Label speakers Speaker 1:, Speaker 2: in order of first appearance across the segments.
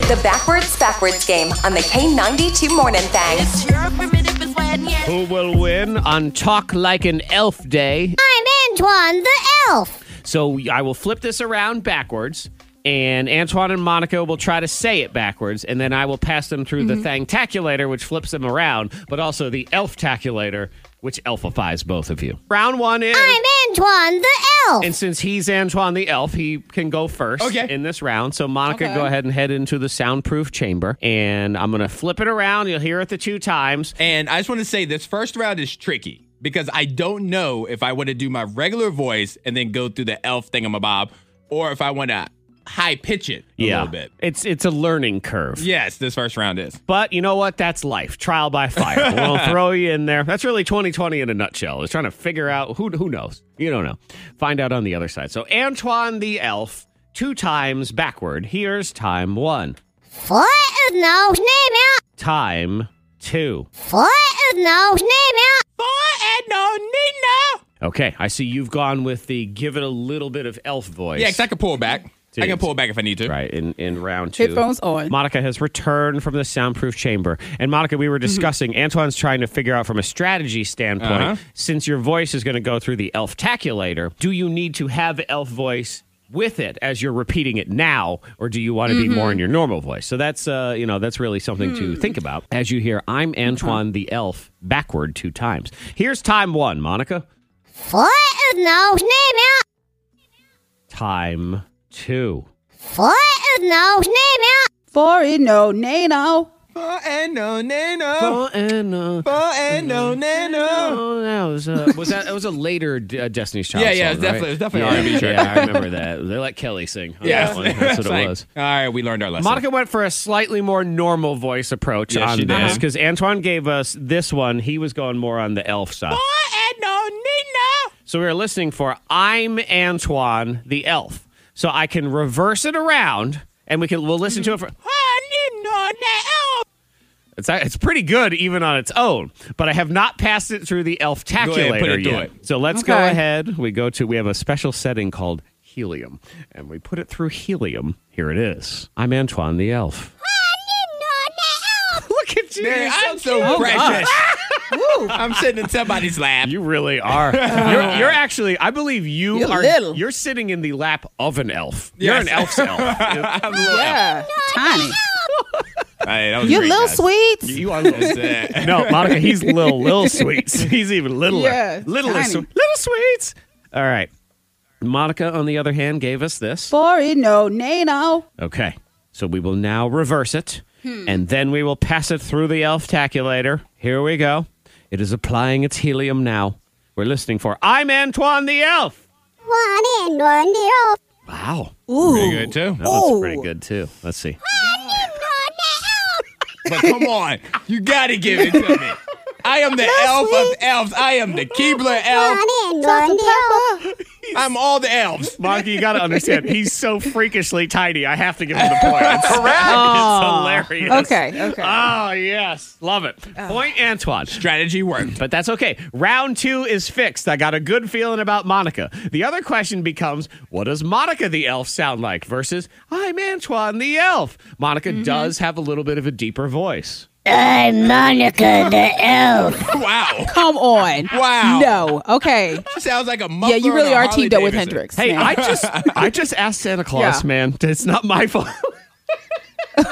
Speaker 1: The Backwards Backwards Game on the K92 Morning Thing.
Speaker 2: Who will win on Talk Like an Elf Day?
Speaker 3: I'm Antoine the Elf.
Speaker 2: So I will flip this around backwards, and Antoine and Monica will try to say it backwards, and then I will pass them through the Thangtaculator, which flips them around, but also the Elf-taculator, which elfifies both of you. Round one is.
Speaker 3: I'm Antoine the Elf.
Speaker 2: and since he's Antoine the Elf, he can go first
Speaker 4: Okay.
Speaker 2: in this round. So, Monica, go ahead and head into the soundproof chamber. And I'm going to flip it around. You'll hear it the two times.
Speaker 4: And I just want to say this first round is tricky because I don't know if I want to do my regular voice and then go through the elf thingamabob or if I want to high pitch it a
Speaker 2: yeah.
Speaker 4: little bit.
Speaker 2: It's, it's a learning curve.
Speaker 4: Yes, this first round is.
Speaker 2: But you know what? That's life. Trial by fire. we'll throw you in there. That's really 2020 in a nutshell. Is trying to figure out who who knows. You don't know. Find out on the other side. So Antoine the elf, two times backward. Here's time one.
Speaker 3: Foot is no name out.
Speaker 2: Time two.
Speaker 3: Foot is no name out.
Speaker 4: Boy and no Nina.
Speaker 2: Okay, I see you've gone with the give it a little bit of elf voice.
Speaker 4: Yeah, 'cause I can pull back. I can pull back if I need to.
Speaker 2: Right in, in round two.
Speaker 5: Headphones on.
Speaker 2: Monica has returned from the soundproof chamber. And Monica, we were
Speaker 5: Mm-hmm.
Speaker 2: discussing Antoine's trying to figure out from a strategy standpoint,
Speaker 4: Uh-huh.
Speaker 2: since your voice is going to go through the elf taculator, do you need to have elf voice with it as you're repeating it now, or do you want
Speaker 5: Mm-hmm.
Speaker 2: to be more in your normal voice? So that's uh, you know, that's really something to
Speaker 5: Hmm.
Speaker 2: think about as you hear I'm Antoine the Elf backward two times. Here's time one, Monica.
Speaker 3: Foot is no name out.
Speaker 2: Time two.
Speaker 3: Foot is no name out.
Speaker 5: For in no nano.
Speaker 4: Boy and no Nina.
Speaker 2: Oh, and uh,
Speaker 4: Boy and no Nina.
Speaker 2: Oh, that was uh, was that that was a later D- uh, Destiny's Child.
Speaker 4: Yeah, yeah,
Speaker 2: song,
Speaker 4: it's definitely-
Speaker 2: right?
Speaker 4: it's definitely
Speaker 2: yeah,
Speaker 4: R&B track.
Speaker 2: Yeah, I remember that. They let Kelly sing. on
Speaker 4: Yeah,
Speaker 2: that one. that's what it
Speaker 4: Like,
Speaker 2: was.
Speaker 4: All right, we learned our lesson.
Speaker 2: Monica went for a slightly more normal voice approach
Speaker 4: Yes,
Speaker 2: on
Speaker 4: she did.
Speaker 2: this because Antoine gave us this one. He was going more on the elf side.
Speaker 4: and no Nina.
Speaker 2: So we were listening for I'm Antoine the Elf. So I can reverse it around and we can we'll listen to it for
Speaker 4: oh,
Speaker 2: It's it's pretty good even on its own, but I have not passed it through the elf
Speaker 4: ahead and put
Speaker 2: taculator
Speaker 4: it through
Speaker 2: yet.
Speaker 4: it.
Speaker 2: So let's go
Speaker 5: Okay.
Speaker 2: ahead. We go to we have a special setting called helium, and we put it through helium. Here it is. I'm Antoine the elf. Look at you!
Speaker 4: Man,
Speaker 2: you're so
Speaker 4: I'm so
Speaker 2: cute.
Speaker 4: precious. I'm sitting in somebody's lap.
Speaker 2: You really are. You're, you're actually. I believe you
Speaker 5: Oh. You're
Speaker 2: are.
Speaker 5: little.
Speaker 2: You're sitting in the lap of an elf. You're
Speaker 4: Yes.
Speaker 2: an elf's elf.
Speaker 4: I'm a little-
Speaker 5: Yeah. Tiny.
Speaker 4: Hey, that was
Speaker 5: You
Speaker 4: great,
Speaker 5: little
Speaker 4: guys.
Speaker 5: sweets.
Speaker 2: you are little.
Speaker 4: That's it.
Speaker 2: No, Monica, he's little, little sweets. He's even littler.
Speaker 5: Yeah,
Speaker 2: little,
Speaker 5: tiny.
Speaker 2: little sweets. All right. Monica, on the other hand, gave us this.
Speaker 5: For in no nano.
Speaker 2: Okay. So we will now reverse it, and then we will pass it through the elf taculator. Here we go. It is applying its helium now. We're listening for I'm Antoine the Elf.
Speaker 3: One in oh. one deal.
Speaker 2: Wow.
Speaker 4: Pretty good too.
Speaker 2: That was pretty good, too. Let's see.
Speaker 4: But come on, you gotta give it to me. I am the elf of elves. I am the Keebler elf.
Speaker 3: in oh. one deal.
Speaker 4: I'm all the elves.
Speaker 2: Monica, you got to understand, he's so freakishly tiny. I have to give him the point. Correct. Oh. It's hilarious.
Speaker 5: Okay. Okay.
Speaker 2: Oh, yes. Love it. Point Antoine.
Speaker 4: Strategy worked.
Speaker 2: But that's okay. Round two is fixed. I got a good feeling about Monica. The other question becomes what does Monica the elf sound like versus I'm Antoine the elf? Monica
Speaker 5: Mm-hmm.
Speaker 2: does have a little bit of a deeper voice.
Speaker 3: I'm Monica the Elf.
Speaker 4: Wow.
Speaker 5: Come on.
Speaker 4: Wow.
Speaker 5: No. Okay.
Speaker 4: She sounds like a muffler.
Speaker 5: Yeah, you really
Speaker 4: on a
Speaker 5: are
Speaker 4: Harley
Speaker 5: teamed up with
Speaker 4: Davidson.
Speaker 5: Hendrix.
Speaker 2: Hey,
Speaker 5: now.
Speaker 2: I just I just asked Santa Claus,
Speaker 5: Yeah.
Speaker 2: man. It's not my fault.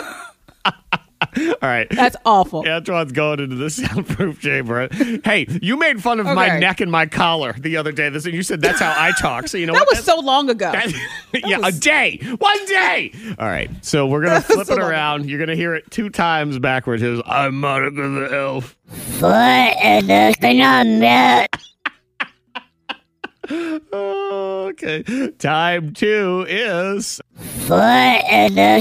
Speaker 2: All right.
Speaker 5: That's awful.
Speaker 2: Antoine's going into the soundproof chamber. Hey, you made fun of my
Speaker 5: Okay.
Speaker 2: neck and my collar the other day. This and you said that's how I talk. So you know
Speaker 5: That
Speaker 2: what?
Speaker 5: was so long ago.
Speaker 2: yeah, a day, one day. All right, so we're gonna flip
Speaker 5: so
Speaker 2: it
Speaker 5: long.
Speaker 2: around. You're gonna hear it two times backwards. It was, I'm Monica the Elf.
Speaker 3: Foot is no name out.
Speaker 2: Okay, time two is
Speaker 3: Foot is no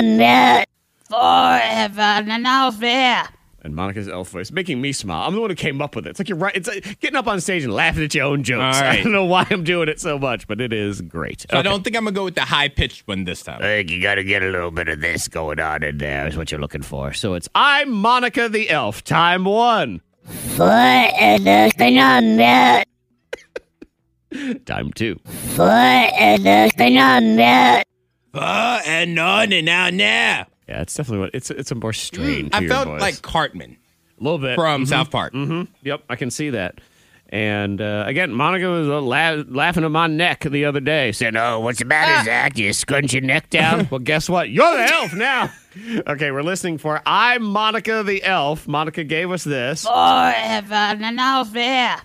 Speaker 3: name out.
Speaker 5: Forever and over.
Speaker 2: and Monica's elf voice making me smile. I'm the one who came up with it. It's like you're right. It's like getting up on stage and laughing at your own jokes.
Speaker 4: All right.
Speaker 2: I don't know why I'm doing it so much, but it is great.
Speaker 4: So I don't think I'm gonna go with the high pitched one this time.
Speaker 2: think you got to get a little bit of this going on in there, is what you're looking for. So it's I'm Monica the Elf, time one.
Speaker 3: Foot is no name out.
Speaker 2: Time two.
Speaker 3: Foot is no name out.
Speaker 4: Uh, and on and out now.
Speaker 2: Yeah, it's definitely what it's. It's a more strain. to
Speaker 4: Mm, I
Speaker 2: your
Speaker 4: felt
Speaker 2: voice.
Speaker 4: like Cartman
Speaker 2: a little bit
Speaker 4: from South Park.
Speaker 2: Yep, I can see that. And uh, again, Monica was uh, la- laughing at my neck the other day, saying, "Oh, what's the
Speaker 4: Ah.
Speaker 2: matter, Zach? You scrunch your neck down." well, guess what? You're the elf now. okay, we're listening for "I'm Monica the Elf." Monica gave us this.
Speaker 5: Forever and all fair.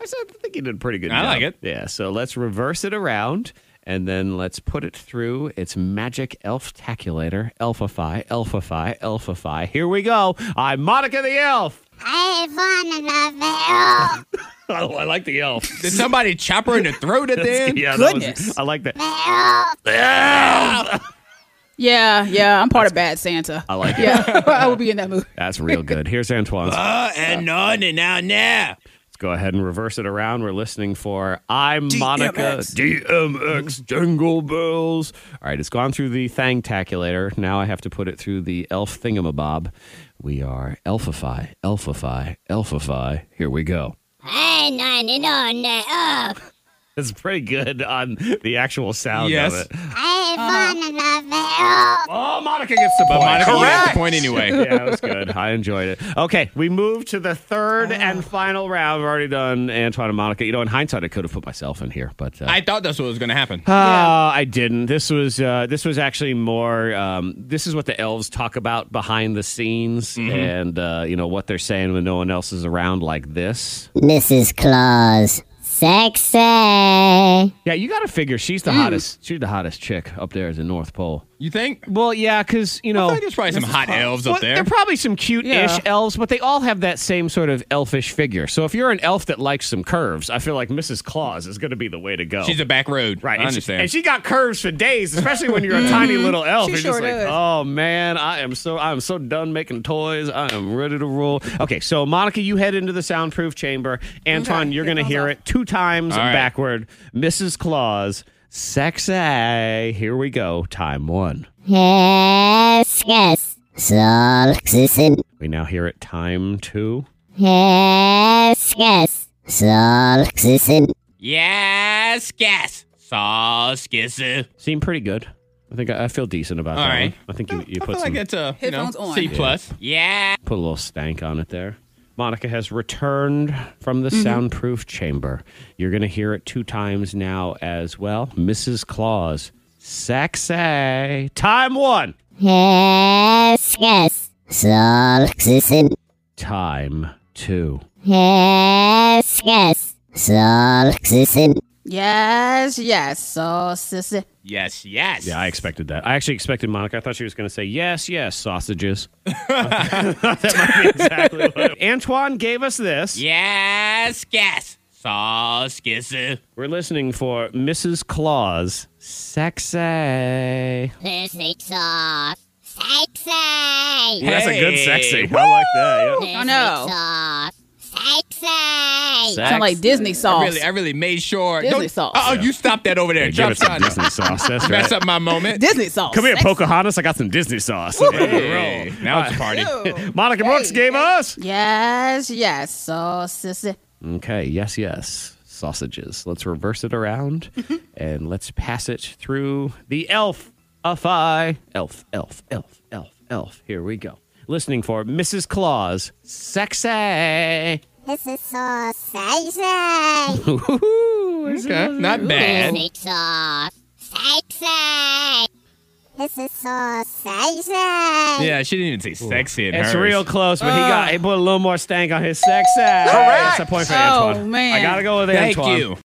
Speaker 2: I said- I think you did a pretty good.
Speaker 4: I
Speaker 2: job.
Speaker 4: like it.
Speaker 2: Yeah. So let's reverse it around, and then let's put it through its magic elf taculator, Elfify, Elfify, Elfify. Here we go. I'm Monica the elf.
Speaker 3: I want another elf.
Speaker 2: Oh, I like the elf.
Speaker 4: Did somebody chop her in the throat at the end?
Speaker 2: yeah, that was-
Speaker 5: goodness.
Speaker 2: I like that.
Speaker 5: Yeah, yeah. I'm part of Bad Santa.
Speaker 2: I like it.
Speaker 5: Yeah, I will be in that movie.
Speaker 2: That's real good. Here's Antoine's.
Speaker 4: Uh, and on and on now.
Speaker 2: Let's go ahead and reverse it around. We're listening for I'm Monica
Speaker 4: Mm-hmm.
Speaker 2: DMX Jingle Bells. All right, it's gone through the Thang Taculator. Now I have to put it through the Elf Thingamabob. We are Elfify, Elfify, Elfify. Here we go.
Speaker 3: I want another elf.
Speaker 2: It's pretty good on the actual sound
Speaker 4: Yes.
Speaker 2: of it.
Speaker 3: I want another elf.
Speaker 2: Oh, Monica gets the
Speaker 4: But
Speaker 2: point.
Speaker 4: Monica, you have
Speaker 2: Correct.
Speaker 4: the point anyway.
Speaker 2: yeah, it was good. I enjoyed it. Okay, we move to the third and final round. I've already done Antoine and Monica. You know, in hindsight, I could have put myself in here, but uh,
Speaker 4: I thought that's what was going to happen.
Speaker 2: uh, I didn't. This was uh, this was actually more. Um, this is what the elves talk about behind the scenes, and uh, you know what they're saying when no one else is around, like this.
Speaker 3: This is Claus. Sexy.
Speaker 2: Yeah, you got to figure she's the hottest. She's the hottest chick up there at the North Pole.
Speaker 4: You think?
Speaker 2: Well, yeah, because you know
Speaker 4: I think there's probably some hot elves
Speaker 2: Well,
Speaker 4: up there.
Speaker 2: They're probably some cute-ish
Speaker 5: Yeah.
Speaker 2: elves, but they all have that same sort of elfish figure. So if you're an elf that likes some curves, I feel like Mrs. Claus is going to be the way to go.
Speaker 4: She's a back road.
Speaker 2: right,
Speaker 4: I
Speaker 2: and
Speaker 4: understand.
Speaker 2: She, and she got curves for days, especially when you're a tiny little elf.
Speaker 5: She
Speaker 2: You're
Speaker 5: sure
Speaker 2: just like,
Speaker 5: does.
Speaker 2: oh man, I am so I am so done making toys. I am ready to roll. Okay, so Monica, you head into the soundproof chamber. Anton,
Speaker 5: Okay,
Speaker 2: you're
Speaker 5: here
Speaker 2: going to
Speaker 5: goes
Speaker 2: hear
Speaker 5: off.
Speaker 2: it two times
Speaker 4: All right.
Speaker 2: backward. Mrs. Claus, sexy. Here we go. Time one.
Speaker 3: Yes, yes. Solxison.
Speaker 2: We now hear it time two.
Speaker 3: Yes, yes. Solxison.
Speaker 4: yes, yes. Sauce, kisser.
Speaker 2: Seem pretty good. I think I, I feel decent about
Speaker 4: All
Speaker 2: that.
Speaker 4: right.
Speaker 2: One. I think you, you
Speaker 4: I
Speaker 2: put
Speaker 4: feel
Speaker 2: some,
Speaker 4: like that's a you know,
Speaker 5: Headphones on.
Speaker 4: C plus. Yeah.
Speaker 2: put a little stank on it there. Monica has returned from the
Speaker 4: Mm-hmm.
Speaker 2: soundproof chamber. You're going to hear it two times now as well. Mrs. Claus, sexy. Time one.
Speaker 3: Yes, yes. Solxison.
Speaker 2: Time two.
Speaker 3: Yes, yes. Solxison.
Speaker 5: Yes, yes. So, sissy.
Speaker 4: Yes, yes.
Speaker 2: Yeah, I expected that. I actually expected Monica. I thought she was going to say, yes, yes, sausages. that might be exactly what it- Antoine gave us this.
Speaker 4: Yes, yes. Sauce, kisser.
Speaker 2: We're listening for Mrs. Claus, sexy.
Speaker 3: Perfect sauce. Sexy.
Speaker 2: That's a good
Speaker 4: Hey.
Speaker 2: sexy. I like that. Yeah.
Speaker 5: I know.
Speaker 3: Sauce. Sexy.
Speaker 5: Sound like Disney sauce.
Speaker 4: Really, I really made sure.
Speaker 5: Disney
Speaker 4: Don't-
Speaker 5: sauce.
Speaker 4: Oh, you stop that over there.
Speaker 2: Give
Speaker 4: Drop
Speaker 2: it some
Speaker 4: sign.
Speaker 2: Disney sauce. That's right.
Speaker 4: Mess up my moment.
Speaker 5: Disney sauce.
Speaker 2: Come here,
Speaker 5: Sexy.
Speaker 2: Pocahontas. I got some Disney sauce.
Speaker 4: Hey, now it's a party.
Speaker 5: Ew.
Speaker 2: Monica Brooks gave us.
Speaker 5: Yes, yes. So, sissy.
Speaker 2: Okay. Yes, yes. Sausages. Let's reverse it around and let's pass it through the elf. Elf, elf, elf, elf, elf, elf. Here we go. Listening for Mrs. Claus, sexy.
Speaker 3: Mrs. Sauce. Sexy.
Speaker 4: Okay, not bad.
Speaker 3: Perfect sauce. Sexy. Mrs. Sauce. Sexy.
Speaker 4: Yeah, she didn't even say sexy in
Speaker 2: It's
Speaker 4: hers.
Speaker 2: real close, but he got he put a little more stank on his sex ass. Correct. That's a point for
Speaker 5: Oh,
Speaker 2: Antoine.
Speaker 5: man.
Speaker 2: I gotta go with
Speaker 4: Thank
Speaker 2: Antoine.
Speaker 4: you.